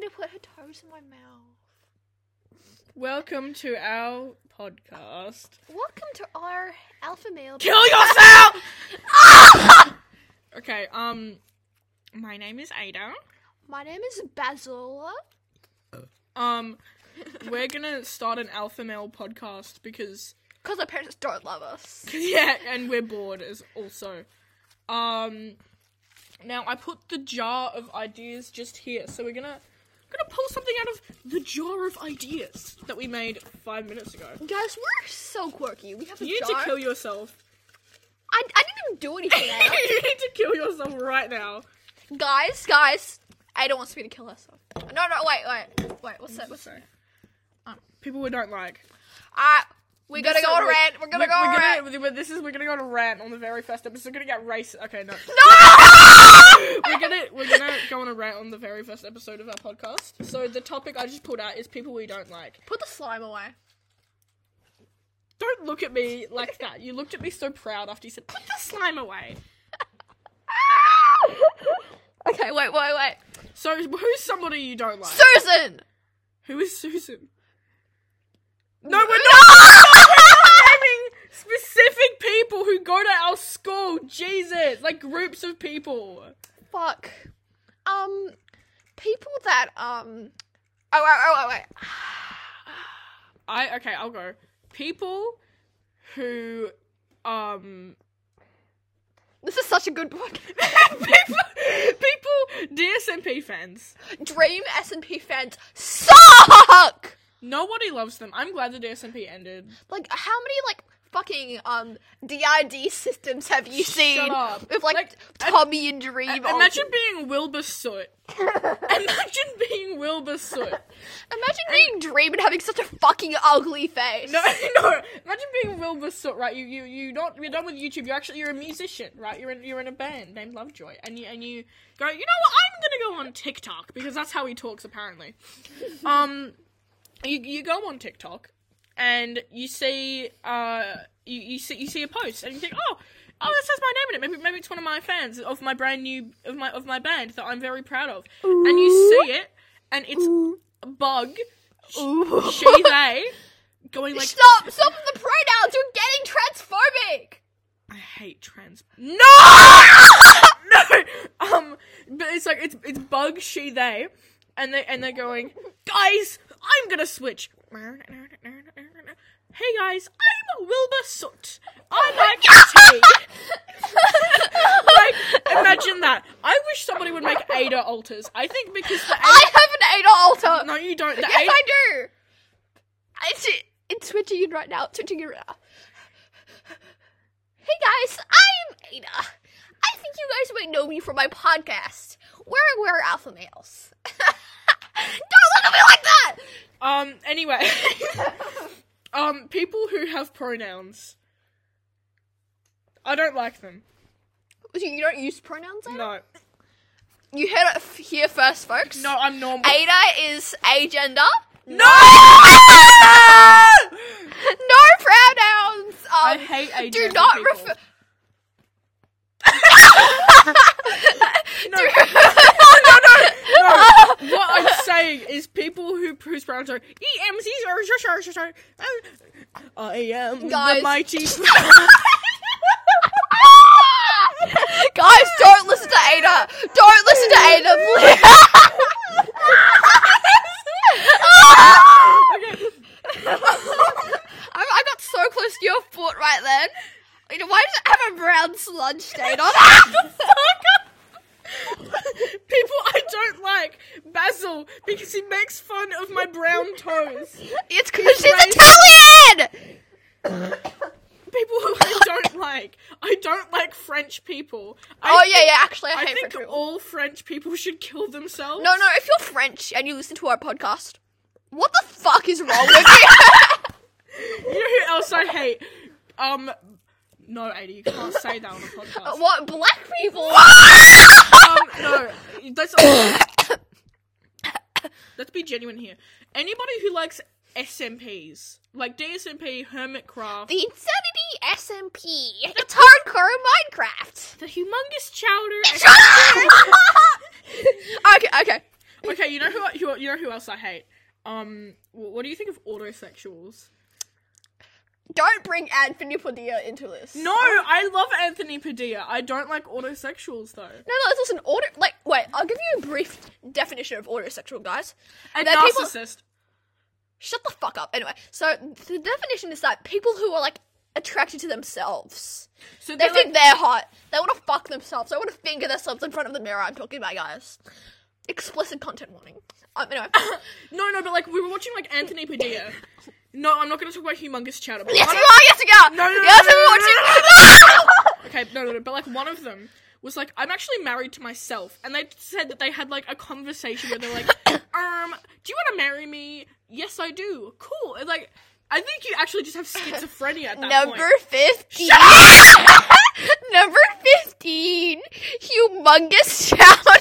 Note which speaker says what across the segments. Speaker 1: to put her toes in my mouth.
Speaker 2: Welcome to our podcast.
Speaker 1: Welcome to our alpha male.
Speaker 2: Kill yourself! okay, um, my name is Ada.
Speaker 1: My name is Basil.
Speaker 2: Um, we're gonna start an alpha male podcast because,
Speaker 1: Because our parents don't love us.
Speaker 2: yeah, and we're bored as also. Um, now I put the jar of ideas just here, so we're gonna gonna pull something out of the jar of ideas that we made five minutes ago.
Speaker 1: Guys, we're so quirky. We have a
Speaker 2: You need
Speaker 1: jar.
Speaker 2: to kill yourself.
Speaker 1: I, I didn't even do anything.
Speaker 2: you
Speaker 1: Anna.
Speaker 2: need to kill yourself right now.
Speaker 1: guys, guys, Ada wants me to kill herself. No, no, wait, wait, wait. What's that? What's that?
Speaker 2: Sorry. Um, people we don't like.
Speaker 1: Ah, we're gonna
Speaker 2: This-
Speaker 1: go on a
Speaker 2: we-
Speaker 1: rant. We're gonna
Speaker 2: we-
Speaker 1: go on
Speaker 2: we're
Speaker 1: a rant.
Speaker 2: gonna, but This is we're gonna go on a rant on the very first episode. We're gonna get racist. Okay, no.
Speaker 1: No!
Speaker 2: we're gonna we're gonna go on a rant on the very first episode of our podcast. So the topic I just pulled out is people we don't like.
Speaker 1: Put the slime away.
Speaker 2: Don't look at me like that. You looked at me so proud after you said put the slime away.
Speaker 1: okay, wait, wait, wait.
Speaker 2: So who's somebody you don't like?
Speaker 1: Susan!
Speaker 2: Who is Susan? No, we're not naming specific people who go to our school. Jesus, like groups of people.
Speaker 1: Fuck. Um, people that, um. Oh, wait, oh, wait, wait.
Speaker 2: I okay, I'll go. People who um
Speaker 1: This is such a good one.
Speaker 2: people people DSMP fans.
Speaker 1: Dream S&P fans suck!
Speaker 2: Nobody loves them. I'm glad the DSMP ended.
Speaker 1: Like, how many, like, fucking, um, DID systems have you seen?
Speaker 2: up.
Speaker 1: With, like,
Speaker 2: Like, I-
Speaker 1: Tommy and Dream on-
Speaker 2: Imagine being Wilbur Soot. Imagine being Wilbur Soot.
Speaker 1: Imagine being Dream and having such a fucking ugly face.
Speaker 2: No, no. Imagine being Wilbur Soot, right? You, you, you not. You're done with YouTube. You're actually you're a musician, right? You're in you're in a band named Lovejoy, and you and you go. You know what? I'm gonna go on TikTok because that's how he talks apparently. Um, you you go on TikTok, and you see uh you, you see you see a post, and you think, oh. Oh, that says my name in it. Maybe, maybe it's one of my fans of my brand new of my of my band that I'm very proud of. And you see it, and it's a bug
Speaker 1: Ooh.
Speaker 2: she they going like
Speaker 1: Stop! Stop with the pronouns! You're getting transphobic!
Speaker 2: I hate trans. No, no. Um, but it's like it's it's bug she they, and they and they're going, guys, I'm gonna switch. Hey guys, I'm Wilbur Soot. I like tea. like, imagine that. I wish somebody would make Ada alters. I think because the Ada.
Speaker 1: I have an Ada altar!
Speaker 2: No, you don't. The
Speaker 1: yes,
Speaker 2: Ada-
Speaker 1: I do! It's, it's switching in right now. It's switching in right now. Hey guys, I'm Ada. I think you guys might know me from my podcast, where we're alpha males. Don't look at me like that!
Speaker 2: Um. Anyway, um, people who have pronouns, I don't like
Speaker 1: You-
Speaker 2: them.
Speaker 1: You don't use pronouns, Ada?
Speaker 2: No,
Speaker 1: You heard it f- here first, folks.
Speaker 2: no, I'm normal.
Speaker 1: Ada is agender.
Speaker 2: no,
Speaker 1: No pronouns! Um,
Speaker 2: I hate agender.
Speaker 1: Do not
Speaker 2: people.
Speaker 1: refer.
Speaker 2: No, no, no, no. What I'm saying is people who whose pronouns are EMCs or I am uh, E the
Speaker 1: Guys.
Speaker 2: mighty.
Speaker 1: Guys, don't listen to Ada. Don't listen to Ada, please.
Speaker 2: okay.
Speaker 1: I, I got so close to your foot right then. You know, why does it have a brown sludge stain on
Speaker 2: People I don't like, Basil, because he makes fun of my brown toes.
Speaker 1: it? It's because she's
Speaker 2: raised-
Speaker 1: Italian!
Speaker 2: people who I don't like. I don't like French people. I
Speaker 1: Oh, yeah, yeah, actually, I,
Speaker 2: I
Speaker 1: hate
Speaker 2: think
Speaker 1: French people.
Speaker 2: all French people should kill themselves.
Speaker 1: No, no, if you're French and you listen to our podcast, what the fuck is wrong with you?
Speaker 2: You know who else I hate? Um, no, Ada, you can't say that on the podcast.
Speaker 1: what, black people?
Speaker 2: um, no, let's let's be genuine here. Anybody who likes SMPs, like DSMP, Hermitcraft,
Speaker 1: The Insanity SMP. It's hardcore Minecraft.
Speaker 2: the humongous chowder.
Speaker 1: okay, okay.
Speaker 2: okay, you know who, I- who you know who else I hate. Um, wh- what do you think of autosexuals?
Speaker 1: Don't bring Anthony Padilla into this.
Speaker 2: No, I love Anthony Padilla. I don't like autosexuals though.
Speaker 1: No, no, it's just an auto. Like, wait, I'll give you a brief definition of autosexual, guys.
Speaker 2: A
Speaker 1: They're people-
Speaker 2: narcissist.
Speaker 1: Shut the fuck up. Anyway, so the definition is that people who are like attracted to themselves,
Speaker 2: so
Speaker 1: they
Speaker 2: they're
Speaker 1: think
Speaker 2: like-
Speaker 1: they're hot. They want to fuck themselves. They want to finger themselves in front of the mirror. I'm talking about guys. Explicit content warning. Um, anyway,
Speaker 2: no, no, but like we were watching like Anthony Padilla. No, I'm not going to talk about humongous chowder. But
Speaker 1: yes,
Speaker 2: one
Speaker 1: we
Speaker 2: of-
Speaker 1: are. Yes, we are.
Speaker 2: No, no, no,
Speaker 1: yes,
Speaker 2: no,
Speaker 1: we
Speaker 2: no,
Speaker 1: are watching.
Speaker 2: Okay, no, no, no, but like one of them was like, I'm actually married to myself, and they said that they had like a conversation where they're like, um, do you want to marry me? Yes, I do. Cool. And like, I think you actually just have schizophrenia at that
Speaker 1: Number
Speaker 2: point.
Speaker 1: 15. Number 15. Humongous chowder.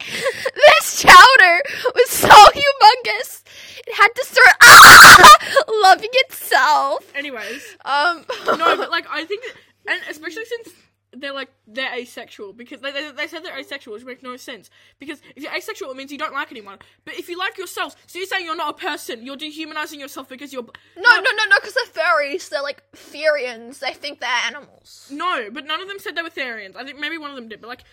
Speaker 1: this chowder was so humongous. It had to start loving itself.
Speaker 2: Anyways,
Speaker 1: Um,
Speaker 2: no, but like I think, that, and especially since. They're like they're asexual because they, they, they said they're asexual, which makes no sense. Because if you're asexual, it means you don't like anyone. But if you like yourself, so you're saying you're not a person. You're dehumanizing yourself because you're
Speaker 1: no, no, no, no, because they're furries. They're like furians. They think they're animals.
Speaker 2: No, but none of them said they were Therians. I think maybe one of them did, but like,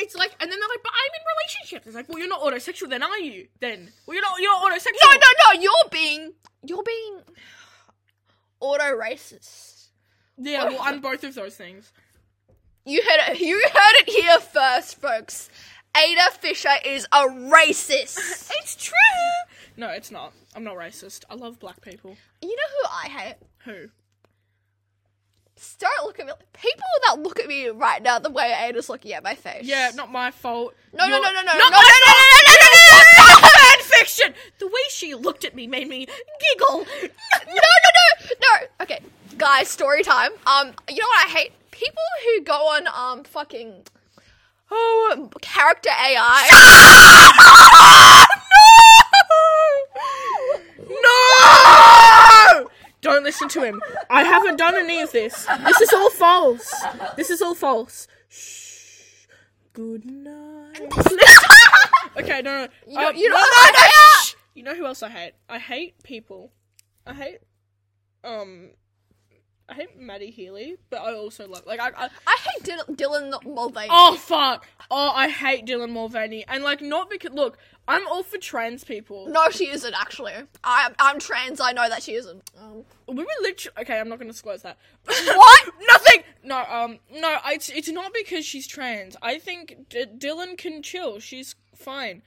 Speaker 2: it's like, and then they're like, but I'm in relationships. It's like, well, you're not autosexual, then are you? Then, well, you're not, you're autosexual.
Speaker 1: No, no, no, you're being, you're being auto-racist.
Speaker 2: Yeah, well, I'm both of those things.
Speaker 1: You heard it. You heard it here first, folks. Ada Fisher is a racist.
Speaker 2: It's true. No, it's not. I'm not racist. I love black people.
Speaker 1: you know who I hate?
Speaker 2: Who?
Speaker 1: Don't look at me. People that look at me right now the way Ada's looking at my face.
Speaker 2: Yeah, not my fault.
Speaker 1: No, no,
Speaker 2: You're-
Speaker 1: no, no, no, no,
Speaker 2: Not
Speaker 1: no, no, no,
Speaker 2: my
Speaker 1: no, no, no, no, no,
Speaker 2: fan fiction. The way she looked at me made me giggle.
Speaker 1: no, no, no, no. Okay, guys, story time. Um, you know what I hate? People who go on um fucking oh character AI.
Speaker 2: No! Don't listen to him. I haven't done any of this. This is all false. This is all false. Shh. Good night. Okay, no, no.
Speaker 1: You don't-
Speaker 2: Uh,
Speaker 1: you
Speaker 2: no,
Speaker 1: don't-
Speaker 2: no,
Speaker 1: no,
Speaker 2: no,
Speaker 1: no.
Speaker 2: shh. You know who else I hate? I hate people. I hate, um, I hate Maddie Healy, but I also love like I. I
Speaker 1: I hate Dil- Dylan Mulvaney.
Speaker 2: oh fuck! Oh, I hate Dylan Mulvaney, and like not because look, I'm all for trans people.
Speaker 1: No, she isn't actually. I, I'm trans. I know that she isn't. Um,
Speaker 2: We were literally okay. I'm not gonna disclose that.
Speaker 1: what?
Speaker 2: Nothing. No, um, no. I, it's it's not because she's trans. I think D- Dylan can chill. She's fine,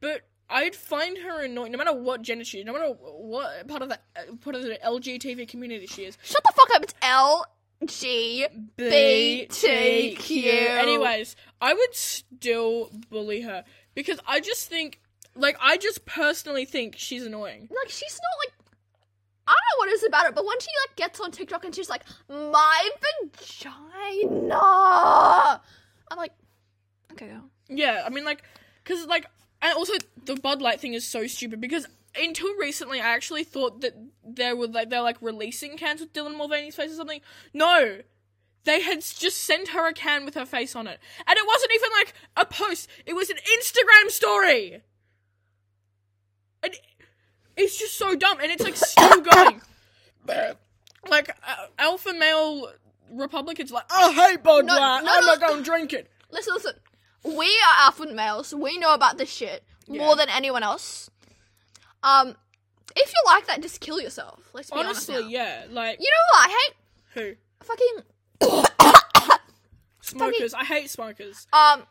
Speaker 2: but I'd find her annoying no matter what gender she is, no matter what part of the uh, part of the LGTV community she is.
Speaker 1: Shut the fuck up. It's L G. BTQ.
Speaker 2: Anyways, I would still bully her because I just think, like, I just personally think she's annoying.
Speaker 1: Like she's not like. I don't know what it is about it, but when she like gets on TikTok and she's like, "My vagina," I'm like, okay, girl.
Speaker 2: Yeah, I mean, like, because, like, and also the Bud Light thing is so stupid because until recently I actually thought that there were, like, they're, like, releasing cans with Dylan Mulvaney's face or something. No! They had s- just sent her a can with her face on it. And it wasn't even, like, a post, it was an Instagram story! And it's just so dumb, and it's, like, still going. Like, uh, alpha male Republicans, like, I hate Bud
Speaker 1: No,
Speaker 2: Light,
Speaker 1: no,
Speaker 2: I'm
Speaker 1: no.
Speaker 2: not gonna drink it.
Speaker 1: Listen, listen. We are alpha males. We know about this shit
Speaker 2: Yeah.
Speaker 1: more than anyone else. Um, if you like that, just kill yourself. Let's be honest.
Speaker 2: Honestly,
Speaker 1: now.
Speaker 2: yeah, like
Speaker 1: You know what I hate?
Speaker 2: who
Speaker 1: Fucking
Speaker 2: smokers. I hate smokers.
Speaker 1: um.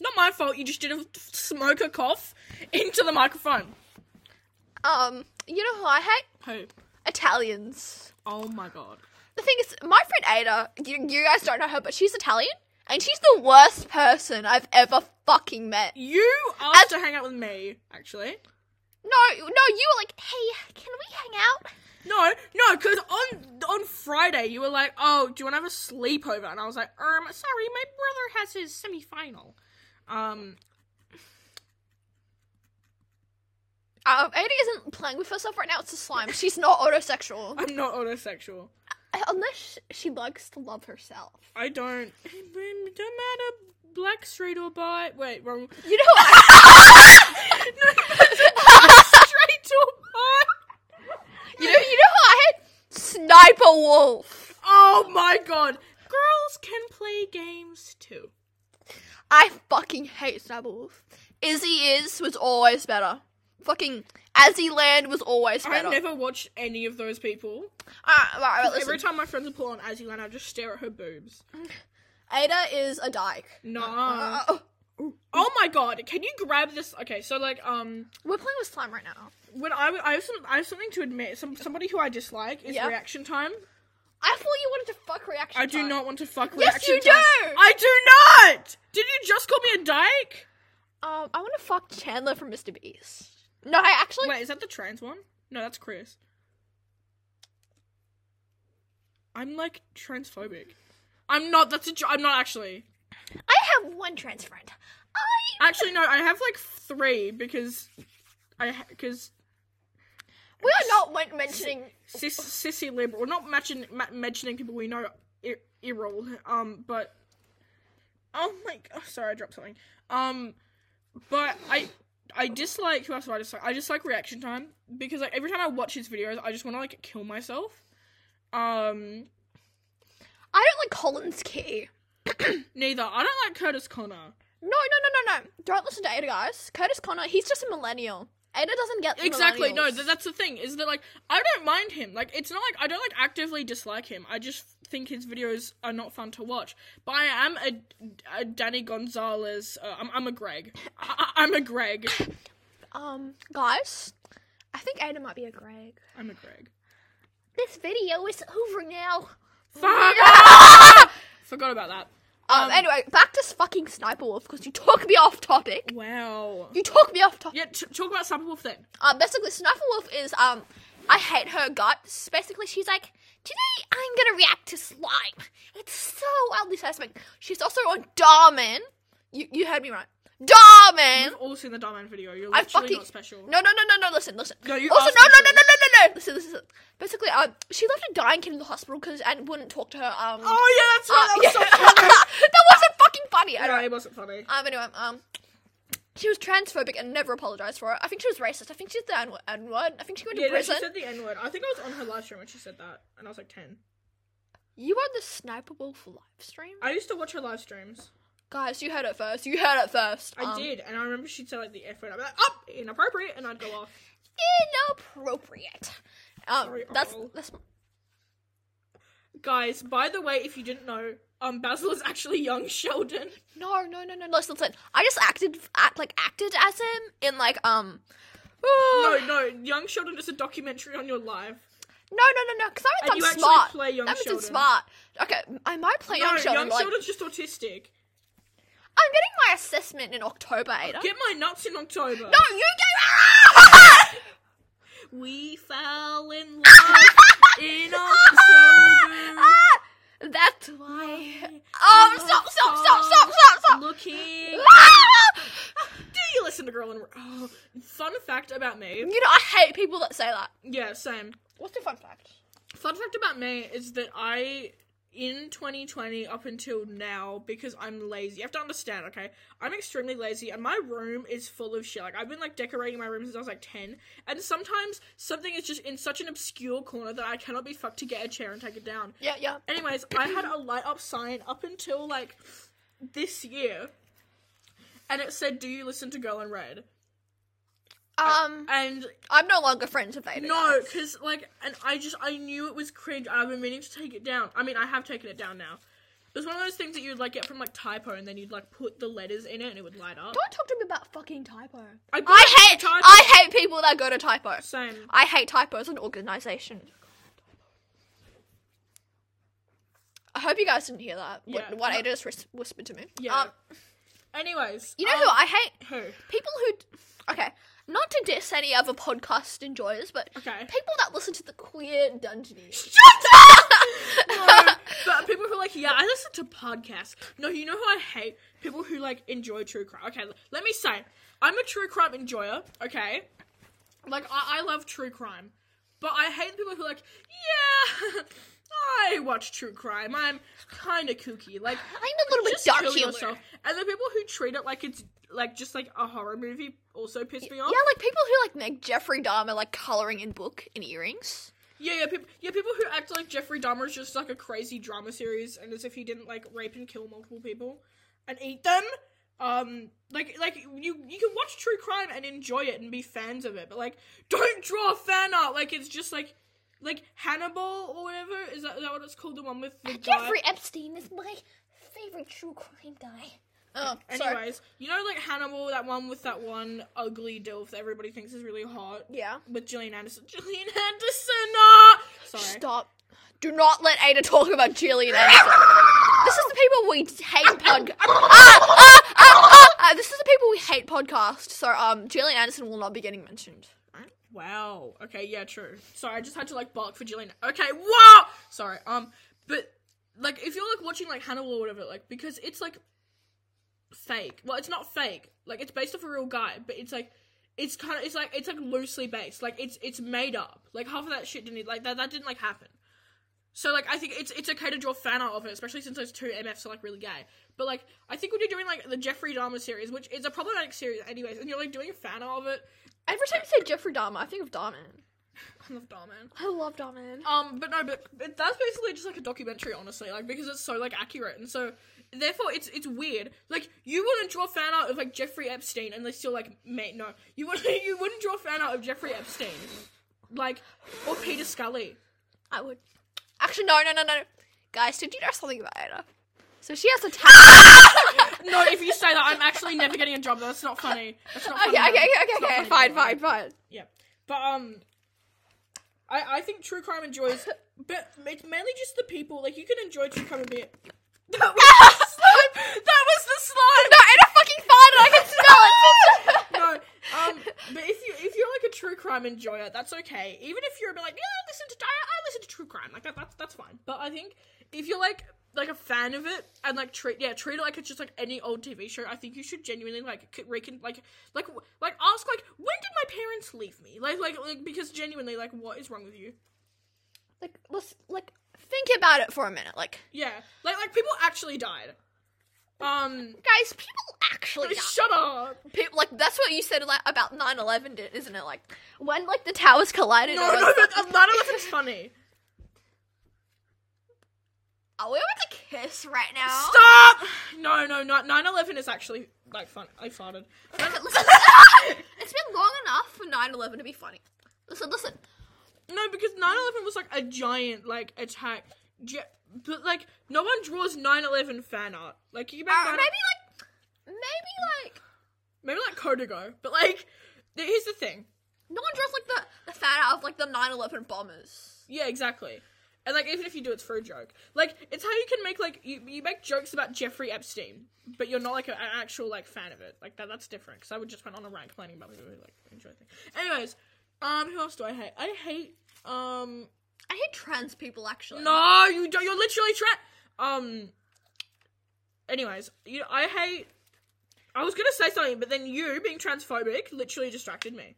Speaker 2: Not my fault. You just did a smoker cough into the microphone.
Speaker 1: Um, you know who I hate?
Speaker 2: Who?
Speaker 1: Italians.
Speaker 2: Oh my god.
Speaker 1: The thing is, my friend Ada, you, you guys don't know her, but she's Italian, and she's the worst person I've ever fucking met.
Speaker 2: You asked to hang out with me, actually.
Speaker 1: No, no, you were like, hey, can we hang out?
Speaker 2: No, no, because on on Friday you were like, "Oh, do you want to have a sleepover?" And I was like, "Um, sorry, my brother has his semi-final." Um,
Speaker 1: Um, Ada isn't playing with herself right now, it's a slime. She's not autosexual.
Speaker 2: I'm not autosexual.
Speaker 1: Unless she likes to love herself.
Speaker 2: I don't. It don't matter black street or bi? Wait, wrong.
Speaker 1: You know what?
Speaker 2: straight or bi?
Speaker 1: you know, you know how I had Sniper Wolf.
Speaker 2: Oh my god. Girls can play games too.
Speaker 1: I fucking hate Sniper Wolf. Izzy is was always better. Fucking Land was always
Speaker 2: I
Speaker 1: better.
Speaker 2: never watched any of those people.
Speaker 1: Alright, alright, alright, listen.
Speaker 2: Every time my friends would pull on Azulan, I'd just stare at her boobs.
Speaker 1: Ada is a dyke.
Speaker 2: Nah.
Speaker 1: Uh,
Speaker 2: Oh my god, can you grab this? Okay, so like, um,
Speaker 1: we're playing with slime right now.
Speaker 2: when I, w- I have some, I have something to admit. Some somebody who I dislike is
Speaker 1: Yeah.
Speaker 2: reaction time.
Speaker 1: I thought you wanted to fuck reaction.
Speaker 2: I do
Speaker 1: time.
Speaker 2: not want to fuck
Speaker 1: Yes,
Speaker 2: reaction
Speaker 1: you
Speaker 2: time.
Speaker 1: do!
Speaker 2: I do not. Did you just call me a dyke?
Speaker 1: Um, I want to fuck Chandler from Mr. Beast. No, I actually.
Speaker 2: Wait, is that the trans one? No, that's Chris. I'm like transphobic. I'm not. That's a. jo- I'm not actually.
Speaker 1: I have one trans friend. I.
Speaker 2: Actually, no. I have like three because I because
Speaker 1: We are not wen- mentioning.
Speaker 2: sis, sissy liberal. We're not mentioning ma- mentioning people we know. Ir- Irrol. Um, but oh my, oh, sorry, I dropped something. Um, but I. I dislike who else do I dislike? I dislike reaction time because like every time I watch his videos, I just want to like kill myself. Um,
Speaker 1: I don't like Collins Key.
Speaker 2: neither. I don't like Curtis Connor.
Speaker 1: No, no, no, no, no. Don't listen to Ada, guys. Curtis Connor, he's just a millennial. Ada doesn't get the
Speaker 2: Exactly. No,
Speaker 1: millennials.
Speaker 2: th- that's the thing is that like I don't mind him. Like it's not like I don't like actively dislike him. I just think his videos are not fun to watch. But I am a, a Danny Gonzalez. Uh, I'm I'm a Greg. I, I- I'm a Greg.
Speaker 1: Um, guys, I think Ada might be a Greg.
Speaker 2: I'm a Greg.
Speaker 1: This video is over now.
Speaker 2: Fuck. Ah!
Speaker 1: um,
Speaker 2: Forgot about that.
Speaker 1: anyway, back to fucking Sniper Wolf because you took me off topic.
Speaker 2: Wow.
Speaker 1: You took me off topic.
Speaker 2: Yeah. T- talk about Sniper Wolf then.
Speaker 1: Um, basically, Sniper Wolf is um, I hate her guts. Basically, she's like, today I'm gonna react to slime. It's so wildly satisfying. She's also on Darman. You you heard me right, Darman.
Speaker 2: We've all seen the Darman video. You're
Speaker 1: I
Speaker 2: literally
Speaker 1: fucking
Speaker 2: not special.
Speaker 1: No, no, no, no, no. Listen, listen.
Speaker 2: No, you
Speaker 1: also,
Speaker 2: are
Speaker 1: no, no, no,
Speaker 2: special.
Speaker 1: no, no, no, no. Listen, listen. listen. Basically, um, she left a dying kid in the hospital because and wouldn't talk to her. Um,
Speaker 2: Oh yeah, that's
Speaker 1: uh,
Speaker 2: right.
Speaker 1: yeah.
Speaker 2: That was so funny.
Speaker 1: that wasn't fucking funny. I
Speaker 2: No,
Speaker 1: don't.
Speaker 2: it wasn't funny.
Speaker 1: Um, anyway, um, she was transphobic and never apologized for it. I think she was racist. I think she's the N word. I think she went to
Speaker 2: Yeah, no, she
Speaker 1: prison.
Speaker 2: said the N word. I think I was on her live stream when she said that, and I was like ten.
Speaker 1: You are the Sniper Wolf live stream?
Speaker 2: I used to watch her live streams.
Speaker 1: Guys, you heard it first. You heard it first.
Speaker 2: I
Speaker 1: Um,
Speaker 2: did, and I remember she'd say like the F word. I'd be like, "Up, inappropriate," and I'd go off.
Speaker 1: Inappropriate. Um,
Speaker 2: Sorry,
Speaker 1: that's
Speaker 2: Earl.
Speaker 1: that's.
Speaker 2: Guys, by the way, if you didn't know, um, Basil is actually young Sheldon.
Speaker 1: No, no, no, no. Listen, listen. I just acted, act like acted as him in like um. No,
Speaker 2: No, no, young Sheldon is a documentary on your life.
Speaker 1: no, no, no, because I meant
Speaker 2: And you
Speaker 1: I'm
Speaker 2: actually
Speaker 1: smart.
Speaker 2: play young
Speaker 1: I meant I'm
Speaker 2: Sheldon.
Speaker 1: smart. Okay, I might play
Speaker 2: No,
Speaker 1: young Sheldon.
Speaker 2: young
Speaker 1: but, like,
Speaker 2: Sheldon's just autistic.
Speaker 1: I'm getting my assessment in October, Ada.
Speaker 2: Get my nuts in October.
Speaker 1: no, you Ah! get.
Speaker 2: We fell in love in October.
Speaker 1: Ah! that's why. Oh, stop, stop, stop, stop, stop, stop.
Speaker 2: Looking. Do you listen to Girl in? Oh, fun fact about
Speaker 1: you
Speaker 2: me.
Speaker 1: know, I hate people that say that.
Speaker 2: Yeah, same.
Speaker 1: What's the fun fact?
Speaker 2: Fun fact about me is that I, in 2020 up until now, because I'm lazy, you have to understand, okay? I'm extremely lazy and my room is full of shit. Like, I've been like decorating my room since I was like 10, and sometimes something is just in such an obscure corner that I cannot be fucked to get a chair and take it down.
Speaker 1: Yeah, yeah.
Speaker 2: Anyways, I had a light up sign up until like this year, and it said, Do you listen to Girl in Red?
Speaker 1: Um,
Speaker 2: And
Speaker 1: I'm no longer friends with Ada.
Speaker 2: No, because like, and I just I knew it was cringe. I've been meaning to take it down. I mean, I have taken it down now. It was one of those things that you'd like get from like typo, and then you'd like put the letters in it, and it would light up.
Speaker 1: Don't talk to me about fucking typo.
Speaker 2: I,
Speaker 1: I hate I hate people that go to typo.
Speaker 2: Same.
Speaker 1: I hate typos and organization. I hope you guys didn't hear that. What,
Speaker 2: Yeah.
Speaker 1: what
Speaker 2: No.
Speaker 1: Ada just whis- whispered to me.
Speaker 2: Yeah. Um,
Speaker 1: Um,
Speaker 2: Anyways,
Speaker 1: you know who I hate?
Speaker 2: who? Who?
Speaker 1: People who. Okay. Not to diss any other podcast enjoyers, but
Speaker 2: Okay.
Speaker 1: people that listen to the queer dungeonies.
Speaker 2: No, but people who are like, yeah, I listen to podcasts. No, you know who I hate? People who like enjoy true crime. Okay, l- let me say, I'm a true crime enjoyer. Okay, like I, I love true crime, but I hate people who are like, yeah, I watch true crime. I'm kind of kooky. Like
Speaker 1: I'm a little bit
Speaker 2: just
Speaker 1: dark
Speaker 2: kill
Speaker 1: humor.
Speaker 2: yourself. And the people who treat it like it's like just like a horror movie also piss me
Speaker 1: Yeah,
Speaker 2: off.
Speaker 1: like people who like make Jeffrey Dahmer like coloring in book and earrings.
Speaker 2: Yeah, yeah, people, yeah. People who act like Jeffrey Dahmer is just like a crazy drama series, and as if he didn't like rape and kill multiple people and eat them. Um, like, like you, you can watch true crime and enjoy it and be fans of it, but like, don't draw fan art. Like, it's just like, like Hannibal or whatever. Is that, is that what it's called? The one with the guy?
Speaker 1: Jeffrey Epstein is my favorite true crime guy. Oh, sorry.
Speaker 2: Anyways, you know, like Hannibal, that one with that one ugly dilf that everybody thinks is really hot
Speaker 1: Yeah.
Speaker 2: with Gillian Anderson. Gillian Anderson, ah! sorry.
Speaker 1: Stop. Do not let Ada talk about Gillian Anderson. this is the people we hate pod. ah, ah, ah, ah, ah. This is the people we hate podcast. So um, Gillian Anderson will not be getting mentioned.
Speaker 2: Wow. Okay, yeah, true. Sorry, I just had to like bark for Gillian. Okay, wow. Sorry. Um, but like if you're like watching like Hannibal or whatever, like because it's like fake. Well, it's not fake. Like it's based off a real guy, but it's like it's kind of it's like it's like loosely based. Like it's it's made up. Like half of that shit didn't e, like that that didn't like happen. So like I think it's it's okay to draw fan art of it, especially since those two MFs are like really gay. But like I think when you're doing like the Jeffrey Dahmer series, which is a problematic series anyways, and you're like doing fan art of it,
Speaker 1: Every time you say Jeffrey Dahmer, I think of Dahmer.
Speaker 2: I love Dahmer.
Speaker 1: I love Dahmer.
Speaker 2: Um, but no, but, but that's basically just like a documentary, honestly, like because it's so like accurate and so therefore it's it's weird. Like you wouldn't draw fan art of like Jeffrey Epstein and they still like mate no. You wouldn't you wouldn't draw fan art of Jeffrey Epstein. Like or Peter Scully.
Speaker 1: I would. Actually, no, no, no, no. Guys, did you know something about Ada? So she has a tattoo.
Speaker 2: No, if you say that I'm actually never getting a job, that's not funny. That's not
Speaker 1: okay,
Speaker 2: funny.
Speaker 1: okay, okay,
Speaker 2: It's not
Speaker 1: okay, okay. Fine,
Speaker 2: funny, bro.
Speaker 1: fine, fine.
Speaker 2: Yeah. But um I I think true crime enjoys but it's mainly just the people. Like you can enjoy true crime a bit. That was the slime. That was the slime.
Speaker 1: No, Ada fucking farted. I can smell it.
Speaker 2: no, um, but if you if you're like a true crime enjoyer, that's okay. Even if you're a bit like, yeah, I listen to I, I listen to true crime, like that, that's that's fine. But I think if you're like like a fan of it and like treat yeah treat it like it's just like any old TV show, I think you should genuinely like c- recon like like w- like ask like when did my parents leave me? Like like like because genuinely like what is wrong with you?
Speaker 1: Like, let's like think about it for a minute. Like,
Speaker 2: Yeah, like like people actually died. Um,
Speaker 1: guys, people actually die.
Speaker 2: shut up.
Speaker 1: people like that's what you said like, about 9-11 did, isn't it? Like when like the towers collided.
Speaker 2: No,
Speaker 1: or
Speaker 2: no,
Speaker 1: something.
Speaker 2: that, none of it's funny.
Speaker 1: Are we about to kiss right now?
Speaker 2: Stop! No, no, not 9/11 is actually like fun. I farted.
Speaker 1: Listen, listen. it's been long enough for 9-11 to be funny. Listen, listen.
Speaker 2: No, because 9/11 was like a giant like attack. Ge- but like no one draws 9/11 fan art. Like you
Speaker 1: Uh,
Speaker 2: remember
Speaker 1: maybe like, maybe like
Speaker 2: maybe like Codigo, but like th- here's the thing.
Speaker 1: no one draws like the the fan out of like the 9-11 bombers.
Speaker 2: Yeah, exactly. And like even if you do, it's for a joke. Like it's how you can make like you, you make jokes about Jeffrey Epstein, but you're not like a, an actual like fan of it. Like that that's different. Because I would just went on a rant complaining about people who like enjoy things. Anyways, um, who else do I hate? I hate um
Speaker 1: I hate trans people actually.
Speaker 2: No, you don't. You're literally tra- Um. Anyways, you. I hate. I was gonna say something, but then you being transphobic literally distracted me.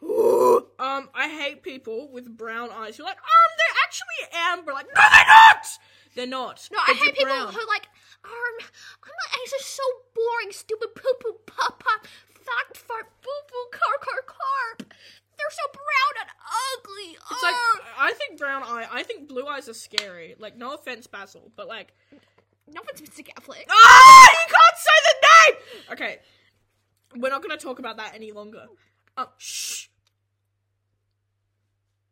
Speaker 2: um, I hate people with brown eyes. You're like, um, they're actually amber. Like, no, they're not. They're not.
Speaker 1: No, I
Speaker 2: They're
Speaker 1: hate people
Speaker 2: brown.
Speaker 1: who like, um, I'm like, it's just so boring, stupid, poo poo, pop pop, fart fart, boo boo, car car carp. They're so brown and ugly.
Speaker 2: It's like I think brown eye. I think blue eyes are scary. Like, no offense, Basil, but like,
Speaker 1: no one's Mr. Gafflick.
Speaker 2: Ah, you can't say the name. Okay, we're not gonna talk about that any longer. Um, shh.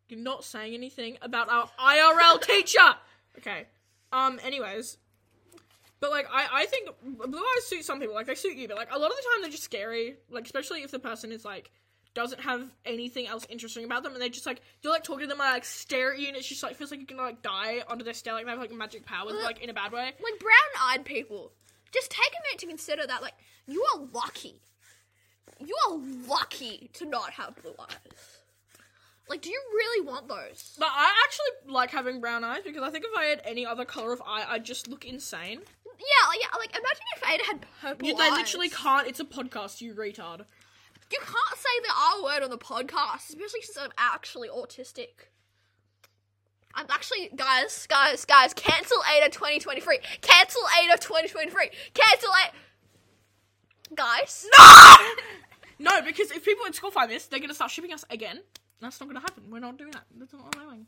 Speaker 2: You're not saying anything about our IRL teacher. Okay. Um. Anyways, but like, I I think blue eyes suit some people. Like they suit you, but like a lot of the time they're just scary. Like especially if the person is like doesn't have anything else interesting about them, and they just like you're like talking to them, and, like stare at you, and it's just like feels like you're gonna like die under their stare. Like they have like magic powers, but, like in a bad way.
Speaker 1: Like brown-eyed people. Just take a minute to consider that, like, you are lucky. You are lucky to not have blue eyes. Like, do you really want those?
Speaker 2: But I actually like having brown eyes because I think if I had any other color of eye, I'd just look insane.
Speaker 1: Yeah, like, yeah, like imagine if Ada had purple
Speaker 2: You, they
Speaker 1: eyes.
Speaker 2: literally can't. It's a podcast, you retard.
Speaker 1: You can't say the R word on the podcast, especially since I'm actually autistic. I'm actually, guys, guys, guys, cancel Ada 2023. Cancel Ada 2023. Cancel Ada. Guys. No!
Speaker 2: No, because if people at school find this, they're gonna start shipping us again. That's not gonna happen. We're not doing that. That's not allowing.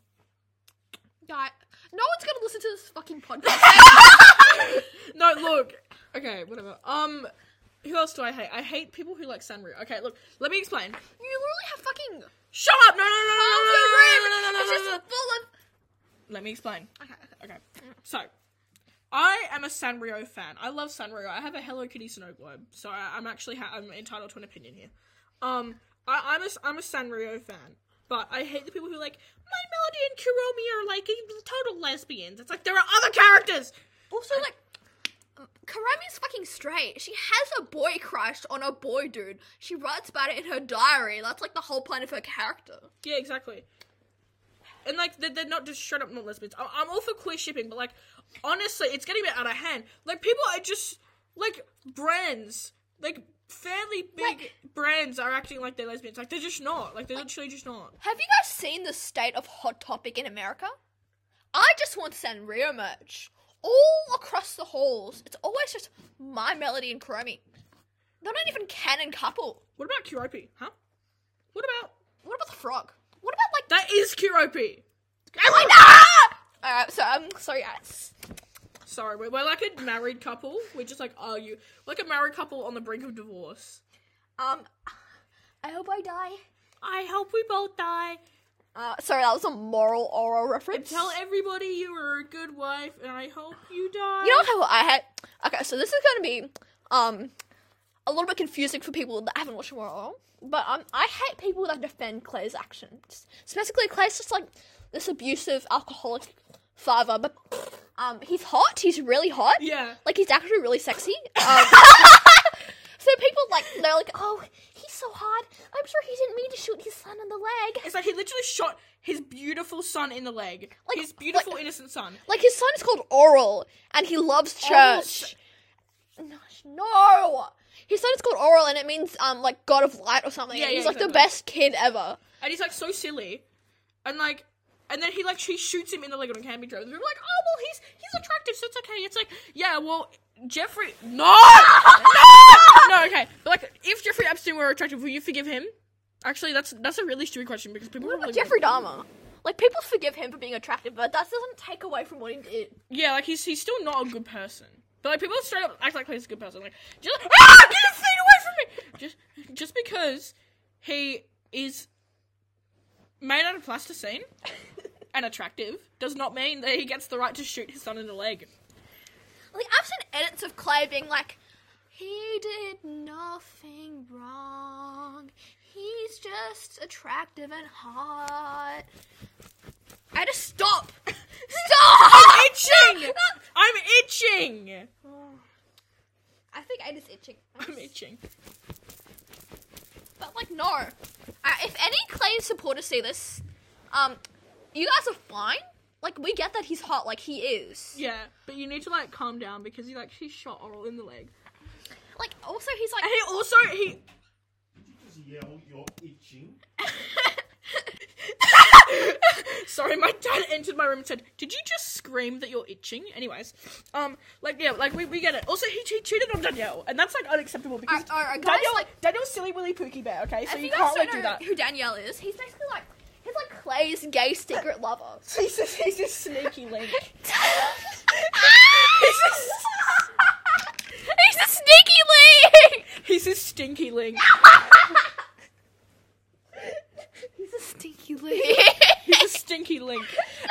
Speaker 1: Guy, no one's gonna listen to this fucking podcast.
Speaker 2: No, look. Okay, whatever. Um, who else do I hate? I hate people who like Sanrio. Okay, look. Let me explain.
Speaker 1: you literally have fucking
Speaker 2: Shut up! No, no, no, no, no, no, no, no, no, no,
Speaker 1: It's
Speaker 2: no,
Speaker 1: just
Speaker 2: no, no, no.
Speaker 1: full of.
Speaker 2: Let me explain.
Speaker 1: Okay, okay.
Speaker 2: Okay, so I am a Sanrio fan. I love Sanrio. I have a Hello Kitty snow globe, so I, I'm actually ha- I'm entitled to an opinion here. Um, I, I'm a s- I'm a Sanrio fan, but I hate the people who are like my Melody and Kuromi are like total lesbians. It's like there are other characters.
Speaker 1: Also, like, Karami's fucking straight. She has a boy crush on a boy dude. She writes about it in her diary. That's like the whole point of her character.
Speaker 2: Yeah, exactly. And like they're, they're not just straight up not lesbians. I- I'm all for queer shipping, but like honestly, it's getting a bit out of hand. Like people are just like brands, like fairly big
Speaker 1: Like-
Speaker 2: brands are acting like they're lesbians. Like they're just not. Like they're literally just not.
Speaker 1: Have you guys seen the state of Hot Topic in America? I just want to send Rio merch all across the halls. It's always just my melody and Karami. They're not even canon couple.
Speaker 2: What about Kuropi? Huh? What about
Speaker 1: What about the frog? What about like
Speaker 2: that? Is Kuropi?
Speaker 1: Emily? Ah! All right, so I'm sorry, guys.
Speaker 2: Sorry, we're, we're like a married couple. We're just like argue like a married couple on the brink of divorce.
Speaker 1: Um, I hope I die.
Speaker 2: I hope we both die.
Speaker 1: Uh, sorry, that was a moral oral reference.
Speaker 2: Tell everybody you were a good wife, and I hope you die.
Speaker 1: You know how I had. Okay, so this is gonna be um a little bit confusing for people that haven't watched Moral, but um I hate people that defend Claire's actions. Specifically, Claire's just like this abusive alcoholic father, but um he's hot. He's really hot.
Speaker 2: Yeah.
Speaker 1: Like he's actually really sexy. Um, so people like they're like, oh, he's so hot. I'm sure he didn't mean to shoot his son in the leg.
Speaker 2: It's like he literally shot his beautiful son in the leg.
Speaker 1: Like-
Speaker 2: his beautiful innocent son.
Speaker 1: Like his son is called Oral, and he loves
Speaker 2: Oral
Speaker 1: church. No, no, his son is called Oral, and it means um like God of Light or something.
Speaker 2: Yeah,
Speaker 1: and he's
Speaker 2: yeah,
Speaker 1: like the
Speaker 2: exactly.
Speaker 1: best kid ever.
Speaker 2: And he's like so silly. And like and then he like she shoots him in the leg on Candy Drove. They're like, oh well he's he's attractive, so it's okay. It's like, yeah, well Jeffrey No No No okay. But like if Jeffrey Epstein were attractive, will you forgive him? Actually that's that's a really stupid question because people
Speaker 1: What
Speaker 2: don't
Speaker 1: about
Speaker 2: really
Speaker 1: Jeffrey Dahmer? Like people forgive him for being attractive, but that doesn't take away from what he did.
Speaker 2: Yeah, like he's he's still not a good person. But like people straight up act like he's a good person. Like just ah, get his feet away from me. Just just because he is made out of plasticine and attractive does not mean that he gets the right to shoot his son in the leg.
Speaker 1: Like I've seen edits of Clay being like, he did nothing wrong. He's just attractive and hot. I had to stop. Stop.
Speaker 2: Itching!
Speaker 1: Not-
Speaker 2: I'm itching.
Speaker 1: I think I just itching.
Speaker 2: I'm itching.
Speaker 1: But like, no. Uh, if any Clay supporters see this, um, you guys are fine. Like, we get that he's hot, like he is.
Speaker 2: Yeah, but you need to like calm down because he like he shot Oral in the leg.
Speaker 1: Like, also he's like,
Speaker 2: And he also he
Speaker 3: just yell, you're itching.
Speaker 2: Sorry, my dad entered my room and said, "Did you just scream that you're itching?" Anyways, um, like yeah, like we, we get it. Also, he, he cheated on Danielle, and that's like unacceptable because
Speaker 1: Alright, alright, oh, guys,
Speaker 2: Danielle
Speaker 1: like-
Speaker 2: Danielle's silly willy pookie bear. Okay, so
Speaker 1: if
Speaker 2: you
Speaker 1: you guys
Speaker 2: can't
Speaker 1: don't
Speaker 2: like do
Speaker 1: know
Speaker 2: that.
Speaker 1: who Danielle is, he's basically like, he's like Clay's gay secret lover.
Speaker 2: He's just he's just sneaky link.
Speaker 1: he's a sneaky link.
Speaker 2: He's just stinky link.
Speaker 1: He's a stinky link.
Speaker 2: He's a stinky link,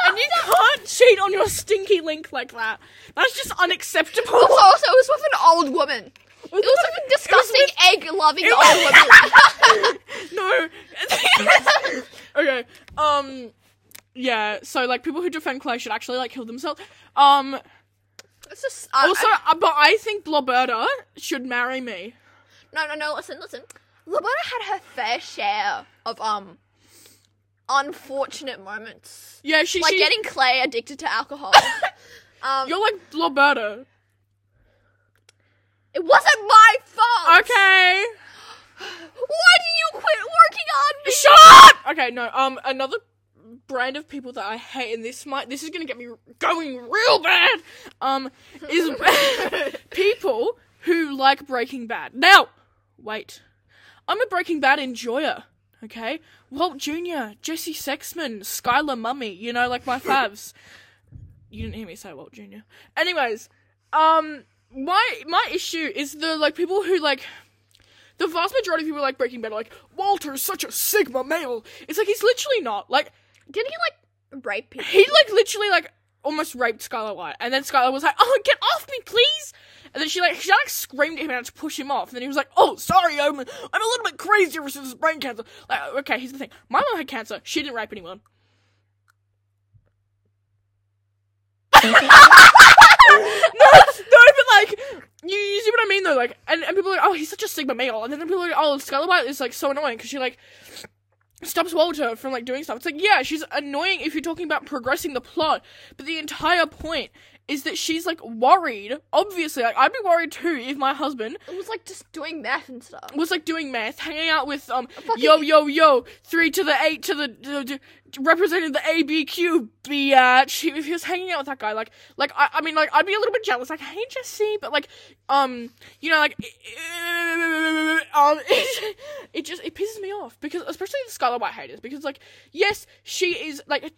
Speaker 2: and you can't cheat on your stinky link like that. That's just unacceptable.
Speaker 1: also, also, it was with an old woman. It was with a disgusting egg-loving
Speaker 2: it
Speaker 1: old
Speaker 2: was-
Speaker 1: woman.
Speaker 2: no. okay. Um. Yeah. So like, people who defend Clay should actually like kill themselves. Um.
Speaker 1: It's just uh,
Speaker 2: Also, uh, but I think Bloberta should marry me.
Speaker 1: No, no, no. Listen, listen. Roberta had her fair share of um unfortunate moments,
Speaker 2: Yeah, she.
Speaker 1: like
Speaker 2: she
Speaker 1: getting Clay addicted to alcohol. um,
Speaker 2: You're like Bloberta.
Speaker 1: it wasn't my fault.
Speaker 2: Okay.
Speaker 1: Why do you quit working on me?
Speaker 2: Shut up. Okay. No. Um. Another brand of people that I hate, and this might this is gonna get me going real bad. Um, is people who like Breaking Bad. Now, wait, I'm a Breaking Bad enjoyer. Okay, Walt Jr., Jesse Sexman, Skylar Mummy. You know, like my faves. you didn't hear me say Walt Jr. Anyways, um, my my issue is the like people who like the vast majority of people like Breaking Bad are like, Walter's such a Sigma male. It's like he's literally not. Like
Speaker 1: Didn't he like rape people?
Speaker 2: he like literally like almost raped Skylar White. And then Skylar was like, Oh, get off me, please and then she like she like screamed at him and had to push him off. And then he was like, "Oh, sorry, I'm I'm a little bit crazy ever since brain cancer." Like, okay, here's the thing: my mom had cancer. She didn't rape anyone. no, it's- no, but like, you, you see what I mean though? Like, and, and people are like, oh, he's such a sigma male, and then people are like, oh, Scarlet White is like so annoying because she like stops Walter from like doing stuff. It's like, yeah, she's annoying if you're talking about progressing the plot, but the entire point is that she's like worried. Obviously, like I'd be worried too if my husband
Speaker 1: it was like just doing math and stuff.
Speaker 2: was like doing math, hanging out with um
Speaker 1: fucking-
Speaker 2: yo yo yo three to the eight to the to, to, represented the ABQ biatch. uh, He- If he was hanging out with that guy, like like I, I mean like I'd be a little bit jealous, like hey Jesse, but like um you know like um it, it just it pisses me off because especially the Scarlet White haters because like yes she is like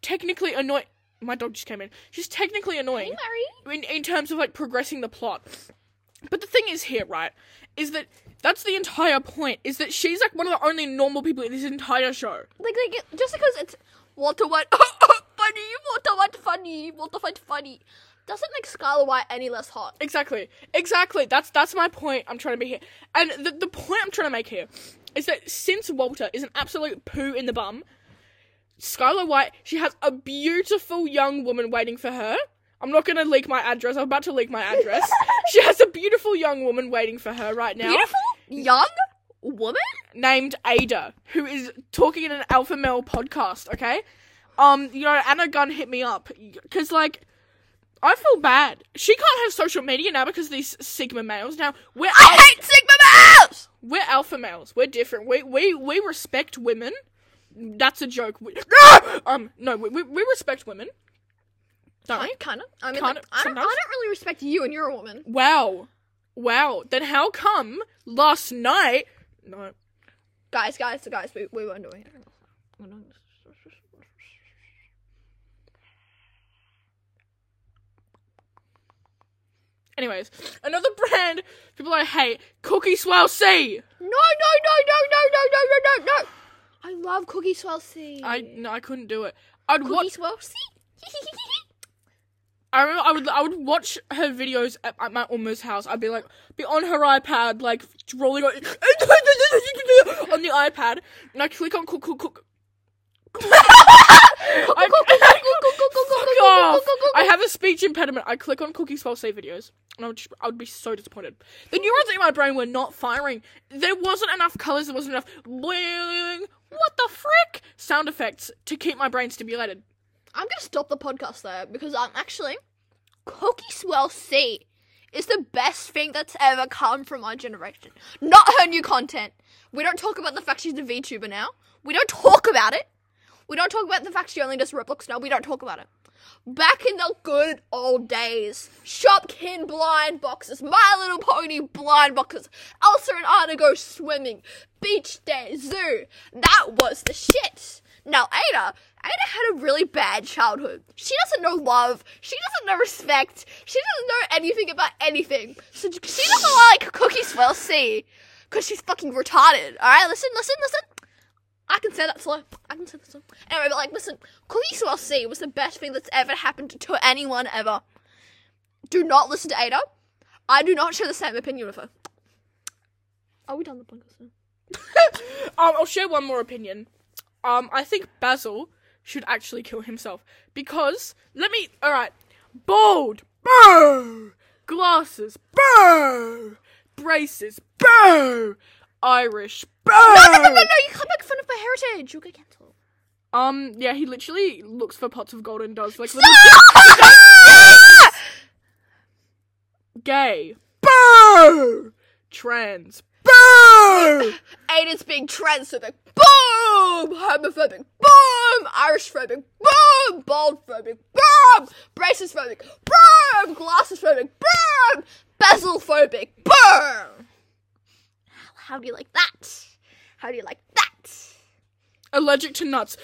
Speaker 2: technically annoying. My dog just came in. She's technically annoying
Speaker 1: Hey, Mary.
Speaker 2: in, in terms of like progressing the plot. But the thing is here, right, is that that's the entire point, is that she's like one of the only normal people in this entire show.
Speaker 1: Like, like it- just because it's Walter White funny, Walter White funny, Walter White funny, doesn't make Scarlet White any less hot.
Speaker 2: Exactly. Exactly. That's that's my point I'm trying to be here. And the, the point I'm trying to make here is that since Walter is an absolute poo in the bum, Skylar White, she has a beautiful young woman waiting for her. I'm not gonna leak my address. I'm about to leak my address. she has a beautiful young woman waiting for her right now.
Speaker 1: Beautiful young woman.
Speaker 2: named Ada, who is talking in an alpha male podcast. Okay, um, you know, Anna Gunn hit me up because like. I feel bad. She can't have social media now because of these sigma males. Now we're
Speaker 1: I
Speaker 2: al-
Speaker 1: hate Sigma males.
Speaker 2: we're alpha males. We're different. We we we respect women. That's a joke. We- um, no, we, we we respect women. Don't we?
Speaker 1: I kind of. I mean, like, I,
Speaker 2: Kinda,
Speaker 1: don't, I
Speaker 2: sometimes.
Speaker 1: don't really respect you, and you're a woman.
Speaker 2: Wow, wow. Then how come last night? No,
Speaker 1: Guys, guys, guys, we, we weren't doing it. We're doing this.
Speaker 2: Anyways, another brand people I hate, Cookie Swell C.
Speaker 1: No, no, no, no, no, no, no, no, no, no. I love Cookie Swell C.
Speaker 2: I no, I couldn't do it. I'd
Speaker 1: Cookie
Speaker 2: watch.
Speaker 1: Swell C.
Speaker 2: I remember I would I would watch her videos at, at my uma's house. I'd be like, be on her iPad, like rolling on, on the iPad, and I click on cook cook cook. I, Fuck off. I have a speech impediment. I click on Cookie Swell C videos, and I would just, I would be so disappointed. The neurons in my brain were not firing. There wasn't enough colors. There wasn't enough bling. What the frick? Sound effects to keep my brain stimulated.
Speaker 1: I'm gonna stop the podcast there because I'm actually Cookie Swell C is the best thing that's ever come from our generation. Not her new content. We don't talk about the fact she's a VTuber now. We don't talk about it. We don't talk about the fact she only does Roblox now. We don't talk about it. Back in the good old days, Shopkin blind boxes, My Little Pony blind boxes, Elsa and Anna go swimming, beach day, zoo. That was the shit. Now Ada, Ada had a really bad childhood. She doesn't know love. She doesn't know respect. She doesn't know anything about anything. So she doesn't like cookies. Well, see, because she's fucking retarded. All right, listen, listen, listen. I can say that slow. I can say that slow. Anyway, but like, listen, Cookies Well C was the best thing that's ever happened to anyone ever. Do not listen to Ada. I do not share the same opinion with her. Are we done the podcast now?
Speaker 2: Um, I'll share one more opinion. Um, I think Basil should actually kill himself because let me. All right, bald, boo, glasses, boo, braces, boo, Irish, boo.
Speaker 1: No, no, no, you can't make fun of my heritage. You'll get cancelled.
Speaker 2: Um, yeah, he literally looks for pots of gold and does like little
Speaker 1: Ah!
Speaker 2: gay, boo, trans, boo.
Speaker 1: Ada's being transphobic. Boo! boom, homophobic, boom, Irish phobic, boom, bald phobic, boom, braces phobic, boom, glasses phobic, boom, basil phobic, boom. How do you like that? How do you like that?
Speaker 2: Allergic to nuts.